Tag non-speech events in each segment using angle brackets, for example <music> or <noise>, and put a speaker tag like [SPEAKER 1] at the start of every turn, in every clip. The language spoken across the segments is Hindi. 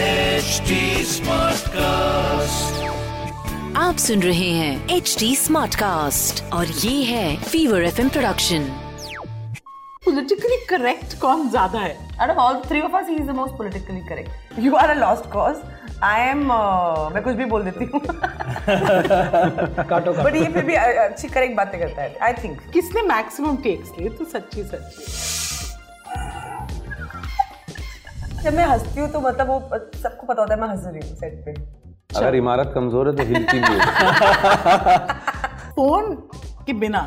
[SPEAKER 1] HD Smartcast.
[SPEAKER 2] आप सुन रहे हैं एच डी स्मार्ट कास्ट और ये है Fever F production
[SPEAKER 3] politically correct कौन ज्यादा है
[SPEAKER 4] out of all three of us, he's the most politically correct.
[SPEAKER 3] You are a lost cause I am uh, मैं कुछ भी बोल देती हूँ
[SPEAKER 4] But
[SPEAKER 3] ये फिर भी uh,
[SPEAKER 4] अच्छी करेक्ट बातें करता है आई थिंक
[SPEAKER 3] <laughs> किसने मैक्सिमम टेक्स लिए तो सच्ची सच्ची
[SPEAKER 4] जब मैं हंसती हूँ तो मतलब वो सबको पता होता है मैं हंस रही हूँ सेट पे अच्छा।
[SPEAKER 5] अगर इमारत कमजोर है तो हिलती भी
[SPEAKER 4] <laughs>
[SPEAKER 5] है
[SPEAKER 3] फोन के बिना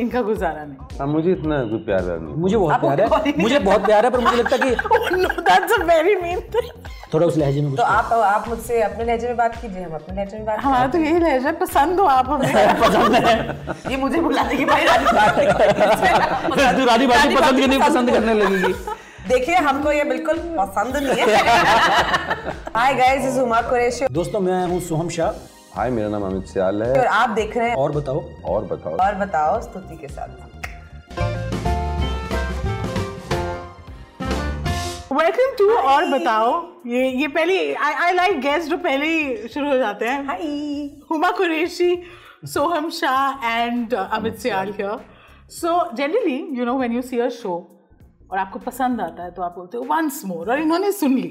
[SPEAKER 3] इनका गुजारा नहीं
[SPEAKER 5] अब मुझे इतना कोई प्यार व्यार नहीं
[SPEAKER 6] मुझे बहुत प्यार है मुझे बहुत प्यार है पर मुझे लगता है कि
[SPEAKER 3] <laughs> Oh no, that's a very mean thing.
[SPEAKER 6] थोड़ा उस लहजे में कुछ
[SPEAKER 4] तो आप आप मुझसे अपने लहजे में बात कीजिए हम अपने लहजे में बात
[SPEAKER 3] हमारा तो यही लहजा है, पसंद हो आप हमें
[SPEAKER 6] पसंद
[SPEAKER 3] <laughs>
[SPEAKER 6] है
[SPEAKER 3] ये मुझे बुलाने की भाई रानी बात है।
[SPEAKER 6] तू रानी बाजी पसंद करने पसंद करने लगेगी
[SPEAKER 4] देखिए हमको ये बिल्कुल पसंद नहीं है hi guys is Huma Qureshi
[SPEAKER 6] दोस्तों मैं हूँ सोहम शाह
[SPEAKER 5] हाय मेरा नाम अमित सियाल है
[SPEAKER 4] और आप देख रहे हैं
[SPEAKER 6] और बताओ
[SPEAKER 5] और बताओ
[SPEAKER 4] और बताओ स्तुति के साथ
[SPEAKER 3] वेलकम टू और बताओ ये ये पहले आई आई लाइक गेस्ट जो पहले ही शुरू हो जाते हैं
[SPEAKER 4] हाय
[SPEAKER 3] Huma Qureshi, Soham Shah, and uh, Amit Sial here. So generally, you know, when you see a show और आपको पसंद आता है तो आप बोलते हो वंस मोर और इन्होंने सुन ली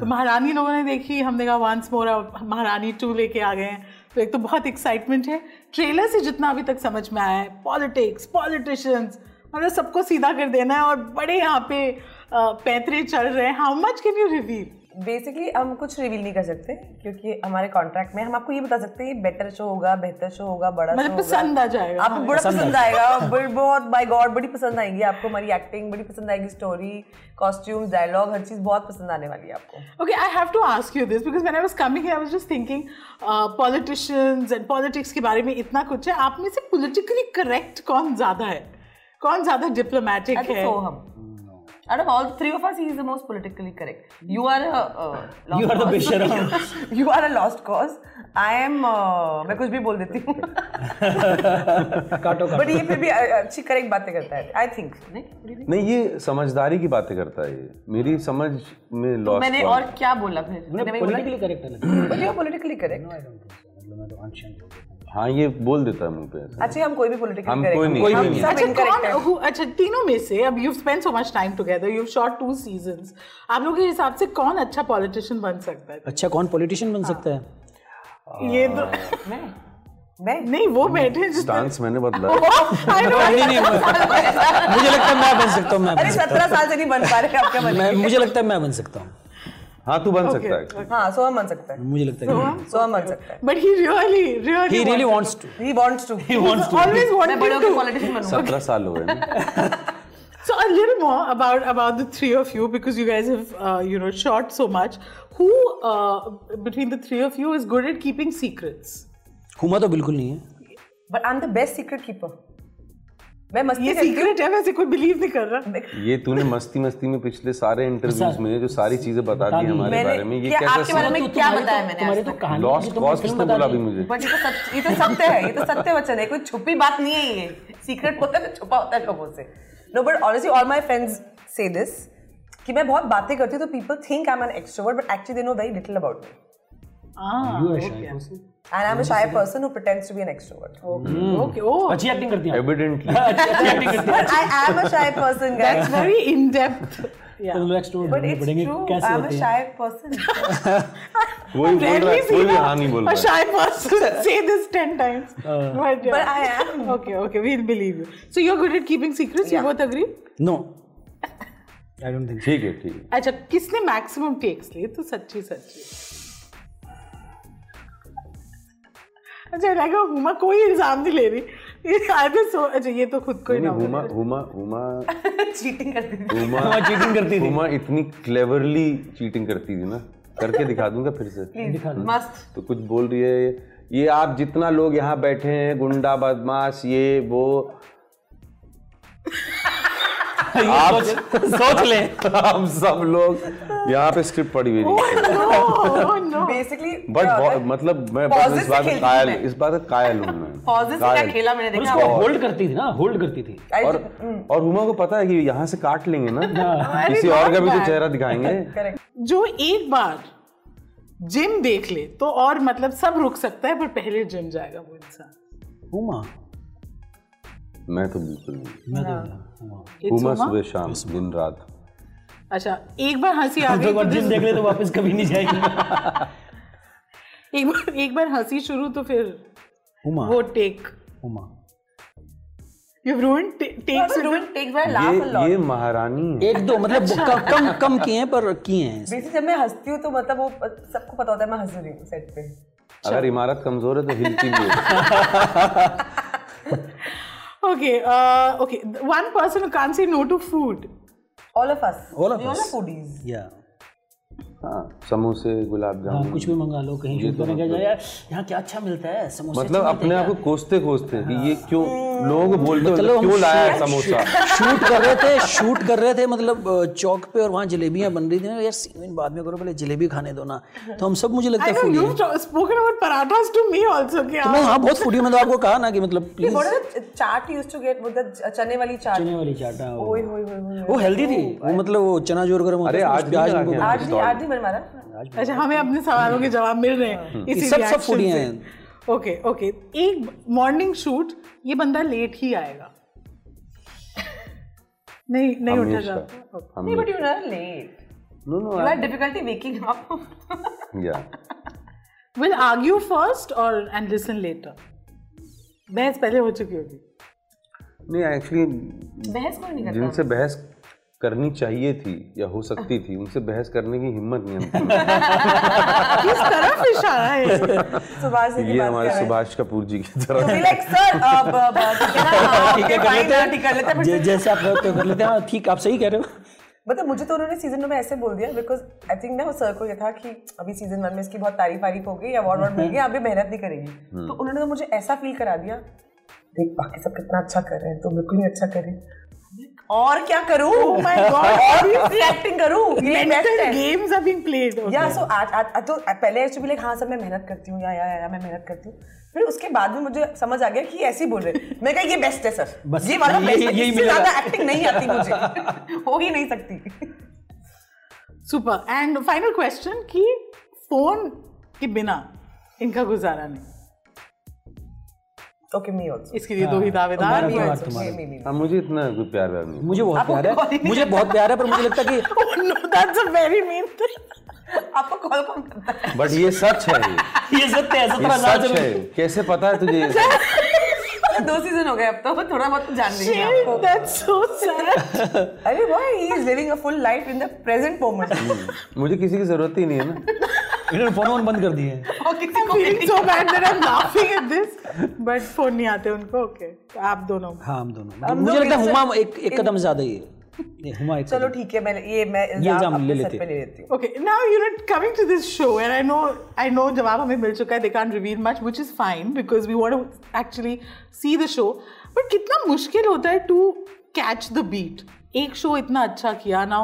[SPEAKER 3] तो महारानी लोगों ने देखी हमने कहा वंस मोर और महारानी टू लेके आ गए हैं तो एक तो बहुत एक्साइटमेंट है ट्रेलर से जितना अभी तक समझ में आया है पॉलिटिक्स पॉलिटिशियंस मतलब सबको सीधा कर देना है और बड़े यहाँ पे अ, पैंतरे चल रहे हैं how much can you reveal
[SPEAKER 4] basically हम कुछ रिवील नहीं कर सकते क्योंकि हमारे कॉन्ट्रैक्ट में हम आपको ये बता सकते हैं बेटर शो होगा बेहतर शो होगा बड़ा शो
[SPEAKER 3] मतलब
[SPEAKER 4] होगा
[SPEAKER 3] हाँ, पसंद आ जाएगा
[SPEAKER 4] आपको बड़ा पसंद आएगा बड़- बहुत बाय गॉड बड़ी पसंद आएगी आपको हमारी एक्टिंग बड़ी पसंद आएगी स्टोरी कॉस्ट्यूम डायलॉग हर चीज बहुत पसंद आने वाली है आपको
[SPEAKER 3] Okay, I have to ask you this because when I was coming here, I was just thinking uh, politicians and politics के बारे में इतना कुछ है आप में से politically correct कौन ज्यादा है कौन ज्यादा diplomatic
[SPEAKER 4] आई थिंक
[SPEAKER 3] है
[SPEAKER 4] सो हम Out of all three of us, he is the most politically correct. You are a uh, lost
[SPEAKER 6] You are the
[SPEAKER 4] cause.
[SPEAKER 6] बेशरम।
[SPEAKER 4] <laughs> you are a lost cause. I am. Uh, मैं कुछ भी बोल देती हूँ
[SPEAKER 6] काटो
[SPEAKER 4] बट ये फिर भी uh, अच्छी करेक्ट बातें करता है आई थिंक
[SPEAKER 5] नहीं ये समझदारी की बातें करता है ये मेरी समझ में लॉस
[SPEAKER 4] तो मैंने और क्या बोला फिर मैंने वही बोला
[SPEAKER 6] पॉलिटिकली करेक्ट है
[SPEAKER 4] "But you are politically correct."
[SPEAKER 5] हाँ ये बोल देता है मुंह पे ऐसा।
[SPEAKER 4] अच्छा हम कोई भी politically
[SPEAKER 5] हम
[SPEAKER 4] correct
[SPEAKER 5] कोई
[SPEAKER 4] हैं।
[SPEAKER 5] नहीं।
[SPEAKER 6] कोई
[SPEAKER 4] हम
[SPEAKER 6] भी नहीं।
[SPEAKER 4] सब
[SPEAKER 3] अच्छा
[SPEAKER 4] incorrect
[SPEAKER 3] कौन
[SPEAKER 4] हैं।
[SPEAKER 3] who- अच्छा तीनों में से अब you spend so much time together you shot two seasons आप लोगों के हिसाब से कौन अच्छा पॉलिटिशियन बन सकता है
[SPEAKER 6] अच्छा कौन पॉलिटिशियन बन सकता है
[SPEAKER 3] ये तो <laughs>
[SPEAKER 4] मैं मैं
[SPEAKER 3] नहीं वो बैठे
[SPEAKER 5] डांस मैंने
[SPEAKER 4] <laughs>
[SPEAKER 5] बदला
[SPEAKER 3] <laughs>
[SPEAKER 6] नहीं नहीं मैं- मुझे लगता है मैं बन सकता हूँ मैं बन
[SPEAKER 4] अरे सत्रह साल से नहीं बन पा रहे आप क्या
[SPEAKER 6] सकता
[SPEAKER 4] बन
[SPEAKER 6] हूँ। मैं मुझे लगता है मैं बन सकता हूँ
[SPEAKER 5] हाँ तू बन सकता है
[SPEAKER 4] हाँ सोहम बन सकता है
[SPEAKER 6] मुझे लगता है
[SPEAKER 4] सोहम बन सकता है
[SPEAKER 3] but he really really
[SPEAKER 6] he really wants to
[SPEAKER 4] he wants to
[SPEAKER 6] he wants to
[SPEAKER 3] always
[SPEAKER 4] मैं बड़े
[SPEAKER 3] वांटेड
[SPEAKER 4] होकर
[SPEAKER 3] टू
[SPEAKER 4] पॉलिटिशियन बनूंगा
[SPEAKER 5] सत्रह साल हो गए ना।
[SPEAKER 3] So a little more about about the three of you because you guys have uh, you know shot so much. Who uh, between the three of you is good at keeping secrets?
[SPEAKER 6] Huma तो बिल्कुल नहीं है
[SPEAKER 4] but I am the best secret keeper मैं
[SPEAKER 3] ये
[SPEAKER 4] मस्ती करती
[SPEAKER 3] secret है वैसे कोई believe नहीं कर रहा.
[SPEAKER 5] ये तूने मस्ती मस्ती में पिछले सारे इंटरव्यूज में जो सारी चीजें बता दी हमारे बारे में ये
[SPEAKER 4] क्या आपके बारे
[SPEAKER 5] कैसा
[SPEAKER 4] में क्या बताया मैंने
[SPEAKER 6] तुम्हारी
[SPEAKER 4] आज
[SPEAKER 6] तो
[SPEAKER 4] तक?
[SPEAKER 6] कहानी
[SPEAKER 5] लॉस कॉज किसने बोला अभी
[SPEAKER 4] <laughs>
[SPEAKER 5] मुझे
[SPEAKER 4] बट ये तो सत्य ये तो सत्य है ये तो सत्य वचन है कोई छुपी बात नहीं है ये सीक्रेट होता है तो छुपा होता है लोगों से no but honestly all my friends से दिस कि मैं बहुत बातें करती हूँ तो people think I am an extrovert but actually they know very little about me
[SPEAKER 3] Ah, okay.
[SPEAKER 4] And I am a shy person who pretends to be an extrovert
[SPEAKER 3] Okay. Oh,
[SPEAKER 6] अच्छी एक्टिंग करती है
[SPEAKER 4] <laughs>
[SPEAKER 5] evidently
[SPEAKER 4] but I am a shy person guys
[SPEAKER 3] that's very in
[SPEAKER 5] <laughs>
[SPEAKER 3] depth. Yeah.
[SPEAKER 4] But it's
[SPEAKER 6] पढ़ेंगे
[SPEAKER 4] ट्रू
[SPEAKER 6] कैसे
[SPEAKER 4] आई एम अ
[SPEAKER 6] होते हैं
[SPEAKER 4] शाय पर्सन
[SPEAKER 5] कोई बोल रहा
[SPEAKER 3] Rarely
[SPEAKER 5] है
[SPEAKER 3] see
[SPEAKER 5] कोई भी
[SPEAKER 3] a-
[SPEAKER 5] हाँ नहीं बोल
[SPEAKER 3] a
[SPEAKER 4] अच्छा।
[SPEAKER 5] रहा Uh. है।
[SPEAKER 3] shy person
[SPEAKER 5] <laughs>
[SPEAKER 3] say this ten times. but, yeah.
[SPEAKER 4] But I am.
[SPEAKER 3] Okay, okay, we'll believe you. So you're good at keeping secrets. You both agree?
[SPEAKER 6] No I don't think
[SPEAKER 5] ठीक है ठीक है
[SPEAKER 3] अच्छा किसने maximum takes लिए तो सच्ची सच्ची अच्छा लगा हुमा कोई इल्जाम नहीं ले रही आई सो अच्छा ये तो खुद को ही
[SPEAKER 5] नहीं,
[SPEAKER 3] ना
[SPEAKER 5] हुमा हुमा हुमा
[SPEAKER 4] <laughs> चीटिंग करती थी
[SPEAKER 5] उमा
[SPEAKER 6] चीटिंग करती थी
[SPEAKER 5] उमा इतनी क्लेवरली चीटिंग करती थी ना करके दिखा दूंगा फिर से
[SPEAKER 4] मस्त
[SPEAKER 5] तो कुछ बोल रही है ये आप जितना लोग यहाँ बैठे हैं गुंडा बदमाश ये
[SPEAKER 6] <laughs>
[SPEAKER 5] वो
[SPEAKER 6] आप सोच ले
[SPEAKER 5] <laughs> हम सब लोग यहाँ पे स्क्रिप्ट पड़ी हुई
[SPEAKER 4] Oh
[SPEAKER 5] है
[SPEAKER 3] हो नो
[SPEAKER 4] बेसिकली
[SPEAKER 5] बट मतलब मैं बस
[SPEAKER 4] Pauses
[SPEAKER 5] इस बात
[SPEAKER 4] से
[SPEAKER 5] में
[SPEAKER 4] खेलती
[SPEAKER 5] कायल
[SPEAKER 4] मैं।
[SPEAKER 5] इस बात में कायल हूँ मैं
[SPEAKER 4] पॉजेस का
[SPEAKER 5] कायल।
[SPEAKER 4] खेला मैंने देखा
[SPEAKER 6] उसको होल्ड करती थी ना होल्ड करती थी
[SPEAKER 4] I-
[SPEAKER 5] और
[SPEAKER 6] हम्म।
[SPEAKER 5] और हुमा को पता है कि यहाँ से
[SPEAKER 6] <laughs>
[SPEAKER 5] काट लेंगे ना किसी और का भी तो चेहरा दिखाएंगे
[SPEAKER 3] जो एक बार जिम देख ले तो और मतलब सब रुक सकता है पर पहले जिम जाएगा वो इंसान
[SPEAKER 6] उमा
[SPEAKER 5] मैं तो बिल्कुल नहीं
[SPEAKER 6] मैं तो उमा।
[SPEAKER 3] It's
[SPEAKER 5] घूमा
[SPEAKER 3] Uma?
[SPEAKER 5] सुबह शाम दिन रात
[SPEAKER 3] अच्छा एक बार हंसी आ
[SPEAKER 5] <laughs>
[SPEAKER 6] हम
[SPEAKER 3] गई
[SPEAKER 6] तो
[SPEAKER 3] तो
[SPEAKER 6] एक बार जिम
[SPEAKER 3] फिर-
[SPEAKER 6] देख ले तो वापस कभी नहीं जाएगी
[SPEAKER 3] एक बार एक बार हंसी शुरू तो फिर
[SPEAKER 6] उमा
[SPEAKER 3] वो take
[SPEAKER 6] Uma
[SPEAKER 3] you ruin
[SPEAKER 5] <laughs>
[SPEAKER 3] takes
[SPEAKER 5] ये ये महारानी है
[SPEAKER 6] एक दो मतलब क- कम कम किए हैं पर किए हैं
[SPEAKER 4] बेसिकली जब मैं हंसती हूँ तो मतलब वो सबको पता होता है मैं हंस रही हूँ सेट पे
[SPEAKER 5] अगर इमारत कमजोर है तो हिलती भी
[SPEAKER 6] <laughs> हाँ।
[SPEAKER 5] है
[SPEAKER 3] ओके ओके वन पर्सन कान से no two food
[SPEAKER 4] all of us
[SPEAKER 6] All of us.
[SPEAKER 4] Foodies
[SPEAKER 6] या
[SPEAKER 5] हाँ समोसे गुलाब
[SPEAKER 6] हाँ,
[SPEAKER 5] जामुन
[SPEAKER 6] कुछ भी मंगा लो कहीं शूट करने गया यार यहाँ क्या अच्छा मिलता है समोसे
[SPEAKER 5] तो मतलब अपने आप को कोसते कोसते कि ये क्यों लोग बोलते होंगे,
[SPEAKER 6] हाँ। तो चलो हम
[SPEAKER 5] क्यों लाया है
[SPEAKER 6] शूट-
[SPEAKER 5] समोसा
[SPEAKER 6] शूट कर रहे थे शूट कर रहे थे मतलब अ, चौक पे और वहाँ जलेबियाँ बन रही थी ना यार सीन बाद में करो पहले जलेबी खाने दो ना तो हम सब मुझे लगता
[SPEAKER 3] आई
[SPEAKER 6] है
[SPEAKER 3] नो
[SPEAKER 6] फूडी
[SPEAKER 3] यू
[SPEAKER 6] हैं।
[SPEAKER 3] Spoken about parathas to me also कि
[SPEAKER 6] तो मैं हाँ बहुत फूडी हूँ, मैं तो आपको कहा ना कि मतलब please
[SPEAKER 4] what is the chaat used to get with the चने वाली चाट
[SPEAKER 6] चने वाली चाट हाँ, वो
[SPEAKER 4] ओए होए होए होए
[SPEAKER 6] वो हेल्दी थी वो मतलब वो चना मतलब जोर गर्म होता
[SPEAKER 5] अरे
[SPEAKER 6] है, उसमें
[SPEAKER 5] आज भी
[SPEAKER 6] प्याज
[SPEAKER 5] लगा
[SPEAKER 6] उनको-
[SPEAKER 5] के
[SPEAKER 4] आज भी आज भी बनवाना
[SPEAKER 3] अच्छा हमें अपने सवालों के जवाब मिल रहे हैं इसी
[SPEAKER 6] हाँ। सब- सब
[SPEAKER 3] reaction
[SPEAKER 6] foodie
[SPEAKER 3] से।
[SPEAKER 6] हैं।
[SPEAKER 3] ओके ओके एक मॉर्निंग शूट ये बंदा लेट ही आएगा नहीं नहीं उठा
[SPEAKER 5] हमेशा।
[SPEAKER 3] जाता Okay.
[SPEAKER 4] नहीं but you are late
[SPEAKER 5] no no
[SPEAKER 4] you have difficulty waking up
[SPEAKER 5] या
[SPEAKER 3] विल आर्ग्यू फर्स्ट और एंड लिसन लेटर बहस पहले हो चुकी होगी
[SPEAKER 5] नहीं एक्चुअली
[SPEAKER 4] <laughs> बहस कोई नहीं करता
[SPEAKER 5] जिनसे बहस करनी चाहिए थी या हो सकती थी उनसे बहस करने की हिम्मत नहीं
[SPEAKER 6] <laughs>
[SPEAKER 5] हमको मिली।
[SPEAKER 3] किस तरफ इशारा है
[SPEAKER 4] सुबह से
[SPEAKER 5] ये हमारे सुभाष कपूर जी की
[SPEAKER 6] <laughs>
[SPEAKER 5] तरह
[SPEAKER 4] लाइक सर अब अब- ठीक <laughs> है ना, हाँ,
[SPEAKER 6] ठीक है कर
[SPEAKER 4] fine,
[SPEAKER 6] लेते
[SPEAKER 4] हाँ, ठीक कर लेते हैं
[SPEAKER 6] हैं
[SPEAKER 4] but
[SPEAKER 6] जै- जैसे आप कहते हो कर लेते हैं हाँ, ठीक आप सही कह रहे हो
[SPEAKER 4] मतलब मुझे तो उन्होंने सीजन में ऐसे बोल दिया बिकॉज आई थिंक ना सर को ये था कि अभी सीजन वन में इसकी बहुत तारीफ वारीफ हो गई अवार्ड वार्ड मिल गया अभी मेहनत नहीं करेगी तो उन्होंने तो मुझे ऐसा फील करा दिया देख बाकी सब कितना अच्छा कर रहे हैं तो बिल्कुल नहीं अच्छा कर रहे Oh और क्या करूं <laughs> माय गॉड और एक्टिंग करूं ये बेस्ट है
[SPEAKER 3] गेम्स आर बीइंग प्लेड
[SPEAKER 4] या सो आज आज आज तो पहले आई भी लाइक हाँ सर मैं मेहनत करती हूँ या या या या, मैं मेहनत करती हूँ फिर उसके बाद में मुझे समझ आ गया कि ये ऐसे ही बोल रहे हैं। मैं कहा ये बेस्ट है सर
[SPEAKER 6] बस,
[SPEAKER 4] ये वाला
[SPEAKER 6] यही-
[SPEAKER 4] बेस्ट है
[SPEAKER 6] यही
[SPEAKER 4] इससे
[SPEAKER 6] मिलेगा।
[SPEAKER 4] ज्यादा एक्टिंग नहीं आती
[SPEAKER 6] <laughs>
[SPEAKER 4] मुझे हो ही नहीं सकती
[SPEAKER 3] सुपर एंड फाइनल क्वेश्चन कि फोन के बिना इनका गुजारा नहीं
[SPEAKER 4] ओके मी आल्सो
[SPEAKER 3] इसके लिए दो ही दावेदार
[SPEAKER 6] और
[SPEAKER 3] हैं।
[SPEAKER 4] तो
[SPEAKER 6] बात तुम्हारा।
[SPEAKER 4] मी मी
[SPEAKER 5] हाँ, मुझे इतना कोई प्यार व्यार नहीं
[SPEAKER 6] मुझे बहुत प्यार है मुझे बहुत प्यार है पर मुझे लगता
[SPEAKER 4] <laughs>
[SPEAKER 6] है कि
[SPEAKER 3] Oh, no, that's a very mean thing.
[SPEAKER 4] आपको कॉल कौन करता है
[SPEAKER 5] बट ये सच है ये
[SPEAKER 4] <laughs>
[SPEAKER 6] ये सत्य है
[SPEAKER 5] ये
[SPEAKER 6] सत्रह
[SPEAKER 5] सच है कैसे पता है तुझे ये सब?
[SPEAKER 4] मतलब दो सीजन हो गए अब तो थोड़ा बहुत तो जान रही है
[SPEAKER 3] Shit,
[SPEAKER 4] आपको
[SPEAKER 3] that's so sad.
[SPEAKER 4] अरे boy he is living a full life in the present moment
[SPEAKER 6] Hmm.
[SPEAKER 4] <laughs>
[SPEAKER 5] मुझे किसी की जरूरत ही नहीं है ना
[SPEAKER 6] इन्होंने फोन वोन बंद कर दिए हैं।
[SPEAKER 4] और किसी
[SPEAKER 3] I'm
[SPEAKER 4] को
[SPEAKER 3] feeling so bad that I'm laughing at this. But phone नहीं आते उनको ओके तो आप दोनों
[SPEAKER 6] हाँ हम दोनों
[SPEAKER 4] हम
[SPEAKER 6] मतलब मुझे
[SPEAKER 4] लोग
[SPEAKER 6] लगता है
[SPEAKER 4] इनसे-
[SPEAKER 6] हुमा एक एक कदम ज्यादा ही है नहीं, हुमा एक
[SPEAKER 4] चलो
[SPEAKER 6] कदम-
[SPEAKER 4] ठीक है मैं ये मैं
[SPEAKER 6] इल्जाम
[SPEAKER 4] इल्जाम
[SPEAKER 6] ले
[SPEAKER 4] अपने सर
[SPEAKER 6] लेते
[SPEAKER 4] पे
[SPEAKER 6] हैं।
[SPEAKER 4] ले लेती हूँ
[SPEAKER 3] Okay, now you know coming to this show, and I know I know जवाब हमें मिल चुका है. They can't reveal much, which is fine because we want to actually see the show. But कितना मुश्किल होता है to catch the beat. एक show इतना अच्छा किया now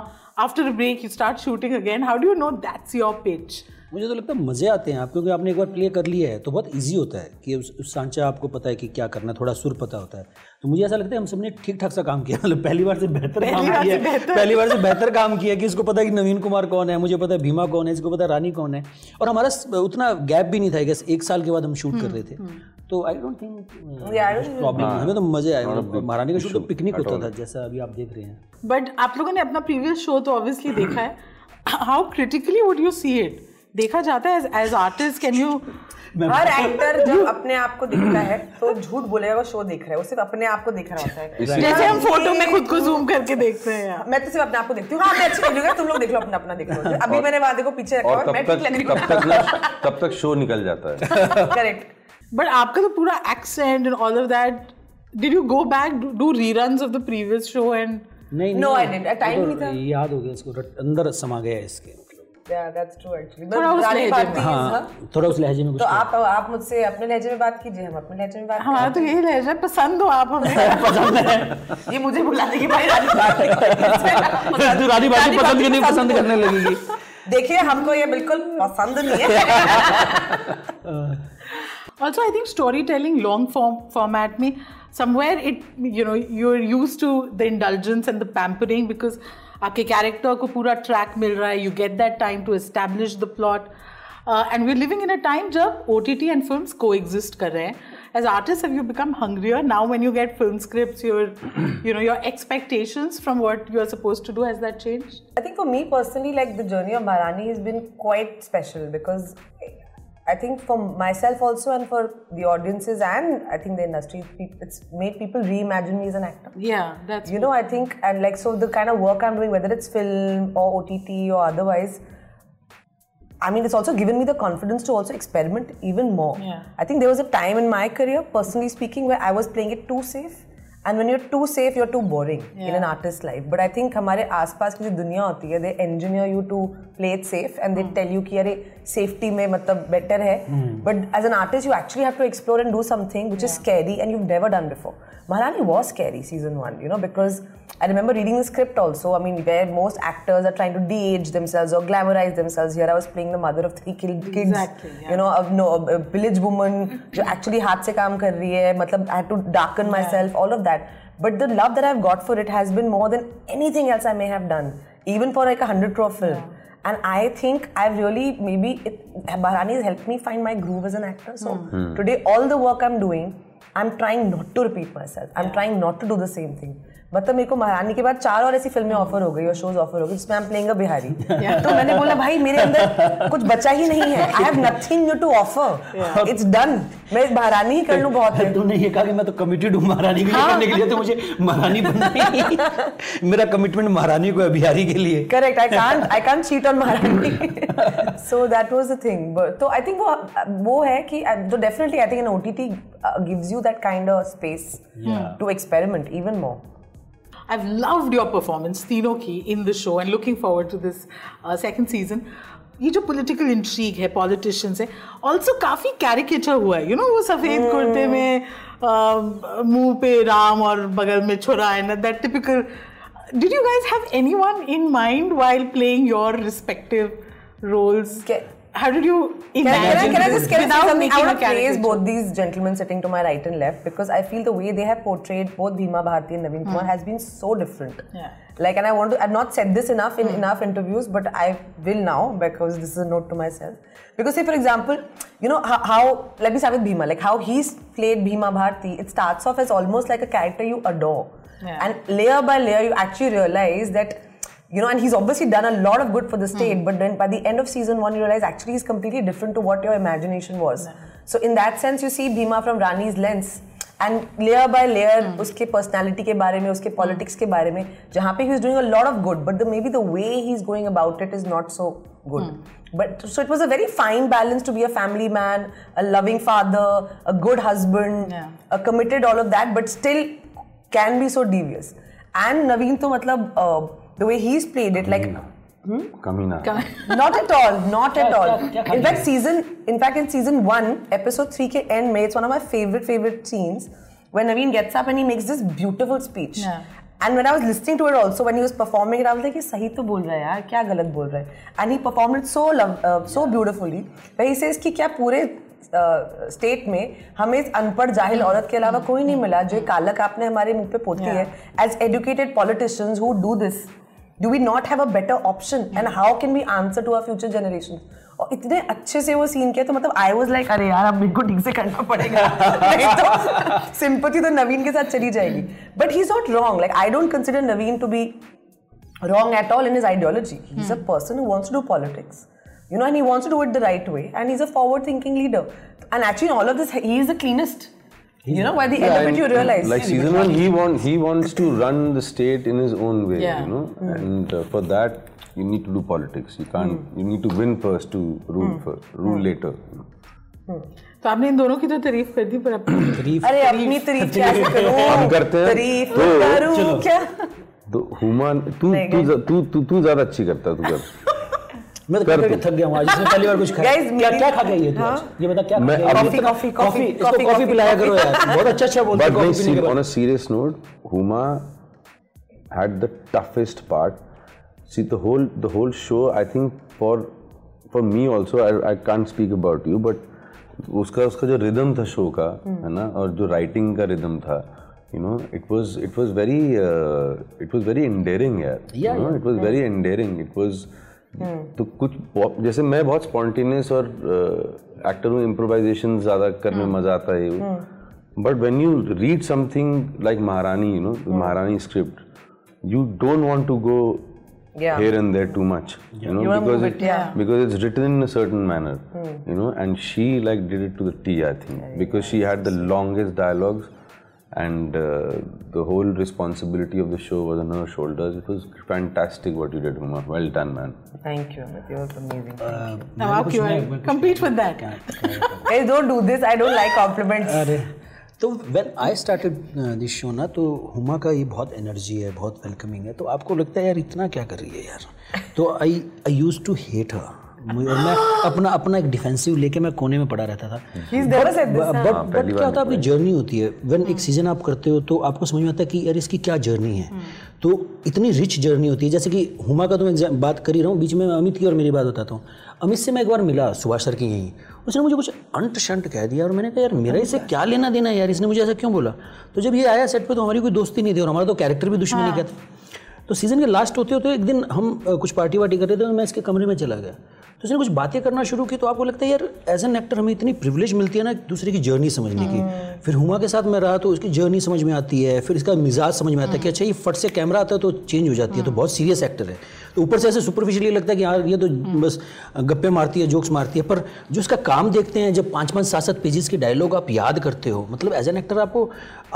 [SPEAKER 3] after a break you start shooting again. How do you know that's your pitch?
[SPEAKER 6] मुझे तो लगता है मजे आते हैं आप क्योंकि आपने एक बार प्ले कर लिया है तो बहुत इजी होता है कि उस उस सांचा आपको पता है कि क्या करना है थोड़ा सुर पता होता है तो मुझे ऐसा लगता है हम सबने ठीक ठाक सा काम किया मतलब पहली बार से बेहतर काम
[SPEAKER 3] बार
[SPEAKER 6] किया
[SPEAKER 3] से
[SPEAKER 6] है।
[SPEAKER 3] बेहतर।
[SPEAKER 6] पहली बार से बेहतर काम किया कि इसको पता है कि नवीन कुमार कौन है मुझे पता है भीमा कौन है इसको पता है रानी कौन है और हमारा स- उतना गैप भी नहीं था गैस एक साल के बाद हम शूट कर रहे थे
[SPEAKER 4] हम्म,
[SPEAKER 6] तो आई डोंट थिंक प्रॉब्लम हमें तो मजे आए मतलब महारानी का शूट तो पिकनिक होता था जैसा अभी आप देख रहे हैं
[SPEAKER 3] बट आप लोगों ने अपना प्रीवियस शो तो ऑब्वियसली देखा है how critically would you see it देखा जाता है एज आर्टिस्ट कैन यू
[SPEAKER 4] हर एक्टर जब अपने आप को दिखता है तो झूठ बोलेगा वो शो देख रहा है वो सिर्फ अपने आप को देख रहा होता है
[SPEAKER 5] इसी
[SPEAKER 3] जैसे हम फोटो में खुद को जूम करके देखते हैं यार।
[SPEAKER 4] मैं तो सिर्फ अपने आप को देखती हूँ हाँ मैं अच्छी लग रही हूँ तुम लोग देख लो अपना अपना देख लो अभी मैंने वादे को पीछे रखा
[SPEAKER 5] और
[SPEAKER 4] और
[SPEAKER 5] तब
[SPEAKER 4] मैं ठीक लग रही
[SPEAKER 5] तक तब तक
[SPEAKER 4] <laughs>
[SPEAKER 5] ना तब तक शो निकल जाता है
[SPEAKER 4] हूँ करेक्ट
[SPEAKER 3] बट आपका तो पूरा accent and all of that did you go back do reruns of the previous show and
[SPEAKER 4] No,
[SPEAKER 6] नहीं नहीं,
[SPEAKER 4] I didn't. Time
[SPEAKER 6] वो तो
[SPEAKER 4] नहीं था।
[SPEAKER 6] याद हो गया इसको रट- अंदर समा गया है इसके मतलब
[SPEAKER 4] दैट्स ट्रू
[SPEAKER 3] थोड़ा उस
[SPEAKER 4] एक्चुअली
[SPEAKER 3] लहजे
[SPEAKER 4] बात
[SPEAKER 3] में।
[SPEAKER 4] नहीं है, हाँ।
[SPEAKER 6] हाँ थोड़ा उस लहजे में कुछ
[SPEAKER 4] तो आप आप मुझसे अपने लहजे में बात कीजिए हम अपने लहजे में बात
[SPEAKER 3] हमारा तो यही लहजा है, पसंद हो आप हमें
[SPEAKER 6] <laughs> पसंद है
[SPEAKER 4] करें। ये मुझे बुलाने की
[SPEAKER 6] <laughs>
[SPEAKER 4] भाई रानी बात
[SPEAKER 6] तू तो रानी बाजी पसंद करने पसंद करने लगेगी
[SPEAKER 4] देखिए हमको ये बिल्कुल पसंद नहीं है
[SPEAKER 3] also i think storytelling long form format me somewhere it you know you're used to the indulgence and the pampering because आपके कैरेक्टर को पूरा ट्रैक मिल रहा है you get that time to establish the plot and we living in a time जब O T T and film को एग्जिस्ट कर रहे हैं as artist have you become hungrier now when you get film script your you know your expectations from what you are suppose to do has that change
[SPEAKER 4] I think for me personally, like the journey of Bharani has been quite special because I think for myself also and for the audiences and I think the industry, peop- it's made people reimagine me as an actor.
[SPEAKER 3] Yeah, that's
[SPEAKER 4] You know, I think, and like, so the kind of work I'm doing, whether it's film or OTT or otherwise, I mean, it's also given me the confidence to also experiment even more.
[SPEAKER 3] Yeah.
[SPEAKER 4] I think there was a time in my career, personally speaking, where I was playing it too safe. And when you're too safe, you're too boring in an artist's life. But I think हमारे आसपास की जो दुनिया होती है, they engineer you to play it safe
[SPEAKER 3] Hmm.
[SPEAKER 4] and they tell you कि अरे safety में मतलब better है. But as an artist, you actually have to explore and do something which is scary and you've never done before. Maharani was scary season one, you know, because I remember reading the script also. I mean, where most actors are trying to de-age themselves or glamorize themselves. Here I was playing the mother of three kid- kids.
[SPEAKER 3] Exactly, yeah.
[SPEAKER 4] You know, a, no, a, a village woman जो actually हाथ से काम कर रही है. मतलब I had to darken myself, all of that. But the love that I've got for it has been more than anything else I may have done, even for like a hundred crore film. And I think I've really maybe it, Bharani has helped me find my groove as an actor. So today, all the work I'm doing, I'm trying not to repeat myself. I'm trying not to do the same thing. मतलब मेरे को महारानी के बाद चार और ऐसी फिल्में ऑफर हो गई और शोज ऑफर हो गए जिसमें हम प्लेइंग बिहारी तो मैंने बोला भाई मेरे अंदर कुछ बचा ही नहीं है I have nothing new to offer it's done मैं महारानी ही कर लूं बहुत है
[SPEAKER 6] <laughs>
[SPEAKER 4] हाँ।
[SPEAKER 6] तूने ये कहा कि मैं तो कमिटेड हूँ महारानी के लिए करने के लिए तो मुझे महारानी बनना ही है। <laughs> मेरा कमिटमेंट महारानी को है बिहारी के लिए
[SPEAKER 4] correct I can I can cheat on Maharani <laughs> so that was the thing तो आई थिंक वो वो है कि तो definitely I think an OTT gives you that kind of space to experiment even more
[SPEAKER 3] I've loved your performance, Tinoki, in the show, and looking forward to this uh, second season. ये जो political intrigue है politicians है also काफी caricature हुआ है you know वो सफेद कुर्ते
[SPEAKER 4] Hmm.
[SPEAKER 3] में uh, मुंह पे राम और बगल में छुरा and that typical did you guys have anyone in mind while playing your respective roles
[SPEAKER 4] Ca-
[SPEAKER 3] how did you
[SPEAKER 4] Can I,
[SPEAKER 3] imagine
[SPEAKER 4] can I just can I
[SPEAKER 3] without
[SPEAKER 4] say something? I
[SPEAKER 3] making a
[SPEAKER 4] want to praise
[SPEAKER 3] caricature?
[SPEAKER 4] both these gentlemen sitting to my right and left because I feel the way they have portrayed both Bhima Bharati and Naveen Kumar has been so different.
[SPEAKER 3] Hmm. Yeah.
[SPEAKER 4] Like, and I want to, I've not said this enough in enough interviews, but I will now because this is a note to myself. Because, say, for example, you know, how, how let me start with Bhima, like how he's played Bhima Bharati, it starts off as almost like a character you adore.
[SPEAKER 3] Yeah.
[SPEAKER 4] And layer by layer, you actually realize that, you know, and he's obviously done a lot of good for the state, but then by the end of season one, you realize actually he's completely different to what your imagination was. So, in that sense, you see Bhima from Rani's lens. And layer by layer उसके पर्सनैलिटी के बारे में उसके पॉलिटिक्स के बारे में जहाँ पे he is doing a lot of good but the maybe the way he is going about it is not so good. But so it was a very fine balance to be a family man, a loving father, a good husband,
[SPEAKER 3] Yeah.
[SPEAKER 4] a committed, all of that, but still can be so devious. And Naveen, to matlab, uh, the way he's played it, like हम्म?
[SPEAKER 5] कमीना
[SPEAKER 4] <laughs> not at all, not at all. In fact, season, in fact, in season one, episode three के end में, it's one of my favorite favorite scenes when Naveen gets up and he makes this beautiful speech.
[SPEAKER 3] Yeah.
[SPEAKER 4] And when I was listening to it also, when he was performing it, I was like, ये सही तो बोल रहा है यार, क्या गलत बोल रहा है? And he performed it so love, uh, so beautifully. Where he says कि क्या पूरे स्टेट में हमें इस अनपढ़ जाहिल औरत के अलावा कोई नहीं मिला जो ये कालक आपने हमारे मुंह पे पोती है as educated politicians who do this do we not have a better option and how can we answer to our future generation और इतने अच्छे से वो सीन किया तो मतलब आई वॉज लाइक अरे यार अब मेरे को ठीक से करना पड़ेगा <laughs> नहीं तो सिंपति तो नवीन के साथ चली जाएगी but he is not wrong like I don't consider Naveen to be wrong at all in his ideology. He's a person who wants to do politics, you know, and he wants to do it the right way. And he's a forward thinking leader. And actually, in all of this, he is the cleanest. you know, by the end of it, you realize.
[SPEAKER 5] Like season one, he want he wants to run the state in his own way,
[SPEAKER 3] Yeah.
[SPEAKER 5] you know,
[SPEAKER 4] Mm.
[SPEAKER 5] and uh, for that you need to do politics. You can't.
[SPEAKER 4] Mm.
[SPEAKER 5] You need to win first to rule first, rule later. you know.
[SPEAKER 3] तो आपने इन दोनों की तो तारीफ कर दी पर अपनी
[SPEAKER 6] तारीफ
[SPEAKER 4] अरे अपनी तारीफ कैसे करूं
[SPEAKER 5] हम करते हैं।
[SPEAKER 4] तारीफ
[SPEAKER 5] तो-
[SPEAKER 4] करूं क्या
[SPEAKER 5] तो हुमान तू तू जा- तू तू तू ज्यादा अच्छी करता है, तू कर
[SPEAKER 6] मैं तो
[SPEAKER 5] कर
[SPEAKER 6] खा के
[SPEAKER 5] दो।
[SPEAKER 6] थक गया हूँ आज इसने पहली बार कुछ खाया
[SPEAKER 4] Guys,
[SPEAKER 6] क्या
[SPEAKER 4] मेरी-
[SPEAKER 6] क्या खा गई है तू
[SPEAKER 4] हाँ।
[SPEAKER 6] आज? ये बता क्या
[SPEAKER 5] मैं अब-
[SPEAKER 6] कॉफी
[SPEAKER 4] कॉफी, कॉफी,
[SPEAKER 6] इसको
[SPEAKER 4] कॉफी,
[SPEAKER 6] कॉफी
[SPEAKER 4] कॉफी।
[SPEAKER 6] पिलाया करो यार बहुत अच्छा अच्छा बोलता है
[SPEAKER 5] but
[SPEAKER 6] कॉफी पीने के
[SPEAKER 5] नहीं
[SPEAKER 6] बाद
[SPEAKER 5] on a serious note huma had the toughest part see the whole the whole show i think for for me also i, I can't speak about you but उसका उसका जो रिदम था शो का
[SPEAKER 6] हम्म।
[SPEAKER 5] है ना और जो राइटिंग का रिदम था you know it was it uh, was very it was very endearing यार
[SPEAKER 6] Yeah,
[SPEAKER 5] हाँ, it was very endearing it was
[SPEAKER 4] Hmm.
[SPEAKER 5] तो कुछ बहुत- जैसे मैं बहुत स्पॉन्टेनियस और एक्टर हूँ इम्प्रोवाइजेशन ज़्यादा करने
[SPEAKER 4] Hmm.
[SPEAKER 5] में मज़ा आता है but when you read something like Maharani you know
[SPEAKER 4] Hmm.
[SPEAKER 5] Maharani script you don't want to go
[SPEAKER 4] Yeah.
[SPEAKER 5] here and there too much you know
[SPEAKER 4] wanna
[SPEAKER 5] because
[SPEAKER 4] move it, yeah.
[SPEAKER 5] because it's written in a certain manner you know and she like did it to the t i think because she had the longest dialogues and uh, the whole responsibility of the show was on her shoulders it was fantastic what you did Huma well done man
[SPEAKER 4] Thank you, Amit. You were amazing.
[SPEAKER 3] Now आप क्यों आए compete with that
[SPEAKER 4] Hey, don't do this. I don't like compliments.
[SPEAKER 6] अरे तो when I started this show ना तो हुमा का ये बहुत एनर्जी है बहुत वेलकमिंग है तो आपको लगता है यार इतना क्या कर रही है यार तो I I use to hate her मैं अपना अपना एक डिफेंसिव लेके मैं कोने में पड़ा रहता था
[SPEAKER 4] He's never said this.
[SPEAKER 6] But but क्या होता है आपकी जर्नी होती है वन एक सीजन आप करते हो तो आपको समझ में आता है कि यार इसकी क्या जर्नी है तो इतनी रिच जर्नी होती है जैसे कि हुमा का तो मैं एग्जाम- बात कर ही रहा हूँ बीच में मैं अमित की और मेरी बात बताता हूँ अमित से मैं एक बार मिला सुभाष सर की यहीं उसने मुझे कुछ अंट शंट कह दिया और मैंने कहा यार मेरा इससे क्या लेना देना है यार इसने मुझे ऐसा क्यों बोला तो जब ये आया सेट पे तो हमारी कोई दोस्ती नहीं थी और हमारा तो कैरेक्टर भी दुश्मनी का था तो सीजन के लास्ट होते होते एक दिन हम अ, कुछ पार्टी वार्टी कर रहे थे और मैं इसके कमरे में चला गया तो उसने कुछ बातें करना शुरू की तो आपको लगता है यार एज एन एक्टर हमें इतनी प्रिविलेज मिलती है ना एक दूसरे की जर्नी समझने की फिर हुमा के साथ मैं रहा तो उसकी जर्नी समझ में आती है फिर इसका मिजाज समझ में आता है कि अच्छा ये फट से कैमरा आता है तो चेंज हो जाती है तो बहुत सीरियस एक्टर है तो ऊपर से ऐसे सुपरफिशियली लगता है कि यार ये तो बस गप्पे मारती है जोक्स मारती है पर जो उसका काम देखते हैं जब पाँच पाँच सात सात पेजेस के डायलॉग आप याद करते हो मतलब एज एन एक्टर आपको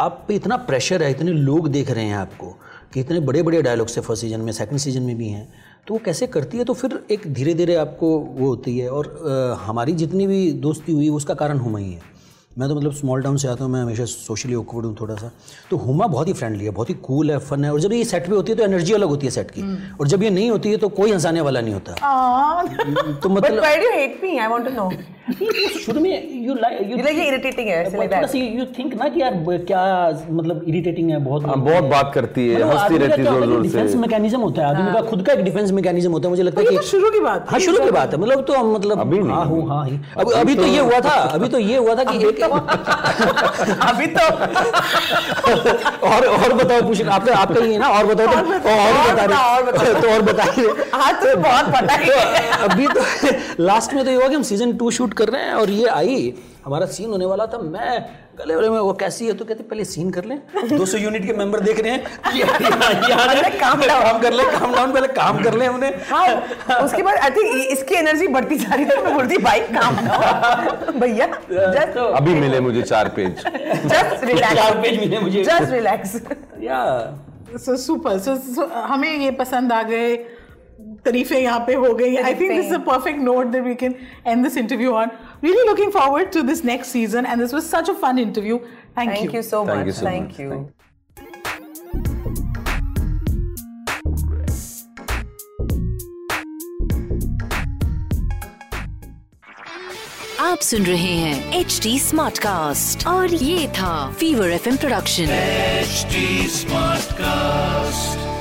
[SPEAKER 6] आप पे इतना प्रेशर है इतने लोग देख रहे हैं आपको कि इतने बड़े बड़े डायलॉग्स है फर्स्ट सीजन में सेकंड सीजन में भी हैं तो वो कैसे करती है तो फिर एक धीरे धीरे आपको वो होती है और अ, हमारी जितनी भी दोस्ती हुई उसका कारण हुमा ही है मैं तो मतलब स्मॉल टाउन से आता हूँ मैं हमेशा सोशली awkward हूँ थोड़ा सा तो हुमा बहुत ही फ्रेंडली है बहुत ही कूल है फन है और जब ये सेट पे होती है तो एनर्जी अलग होती है सेट की
[SPEAKER 4] हम्म।
[SPEAKER 6] और जब ये नहीं होती है तो कोई हंसाने वाला नहीं होता
[SPEAKER 3] Ah,
[SPEAKER 6] तो
[SPEAKER 4] But
[SPEAKER 6] मतलब
[SPEAKER 4] why do you hate me? I want to know.
[SPEAKER 6] <laughs> शुरू में यू
[SPEAKER 4] You
[SPEAKER 6] लाइक
[SPEAKER 4] like ये irritating है. ऐसे like
[SPEAKER 6] थोड़ा
[SPEAKER 4] that.
[SPEAKER 6] सा यू थिंक ना कि यार क्या मतलब इरिटेटिंग है बहुत
[SPEAKER 5] हम बहुत बात करती है हंसती रहती है जोर जोर
[SPEAKER 6] डिफेंस
[SPEAKER 5] से
[SPEAKER 6] मैकेनिज्म होता है आदमी का खुद का एक डिफेंस मैकेनिज्म होता है मुझे लगता
[SPEAKER 3] ये
[SPEAKER 6] है
[SPEAKER 3] तो
[SPEAKER 6] कि
[SPEAKER 3] शुरू की बात
[SPEAKER 6] हाँ शुरू की बात है मतलब तो हम मतलब
[SPEAKER 5] अभी नहीं।
[SPEAKER 6] हाँ हूँ हाँ ही अभी अभी तो ये हुआ था अभी तो ये हुआ था कि एक <laughs>
[SPEAKER 4] अभी तो
[SPEAKER 6] और और बताओ पूछ आपका आपका ही है ना और बताओ तो, और
[SPEAKER 4] और
[SPEAKER 6] बता
[SPEAKER 4] बताओ, और
[SPEAKER 6] रहे
[SPEAKER 4] बताओ।
[SPEAKER 6] तो और बता रहे
[SPEAKER 4] आज तो बहुत पता ही है.
[SPEAKER 6] तो अभी तो लास्ट में तो ये हुआ कि हम सीजन टू शूट कर रहे हैं और ये आई हमारा सीन होने वाला था मैं गले वाले में वो कैसी है तो कहते पहले सीन कर लें 200 यूनिट के मेंबर देख रहे हैं
[SPEAKER 4] <laughs>
[SPEAKER 6] ये- ये- ये आ रहे हैं, <laughs> काम कर ले काम डाउन पहले काम कर ले हमने
[SPEAKER 4] अच्छा, हाँ उसके बाद आई थिंक इसकी एनर्जी बढ़ती जा रही है मैं बोलती बाइक काम ना हो." भैया जस्ट
[SPEAKER 6] तो-
[SPEAKER 5] अभी मिले मुझे चार <laughs> पेज
[SPEAKER 4] जस्ट <laughs>
[SPEAKER 5] <laughs>
[SPEAKER 6] चार
[SPEAKER 4] रिलैक्स
[SPEAKER 6] पेज मिले मुझे
[SPEAKER 4] जस्ट रिलैक्स
[SPEAKER 6] या
[SPEAKER 3] so super so, so हमें ये पसंद आ गए तारीफें यहाँ पे हो गई I think this is a perfect note that we can end this interview on really looking forward to this next season and this was such a fun interview thank you
[SPEAKER 4] thank you so
[SPEAKER 5] Thank you
[SPEAKER 4] much
[SPEAKER 5] so
[SPEAKER 4] thank
[SPEAKER 5] much.
[SPEAKER 4] You
[SPEAKER 5] Thank-
[SPEAKER 2] आप सुन रहे हैं एच डी स्मार्ट कास्ट और ये था fever F production
[SPEAKER 1] HD Smartcast.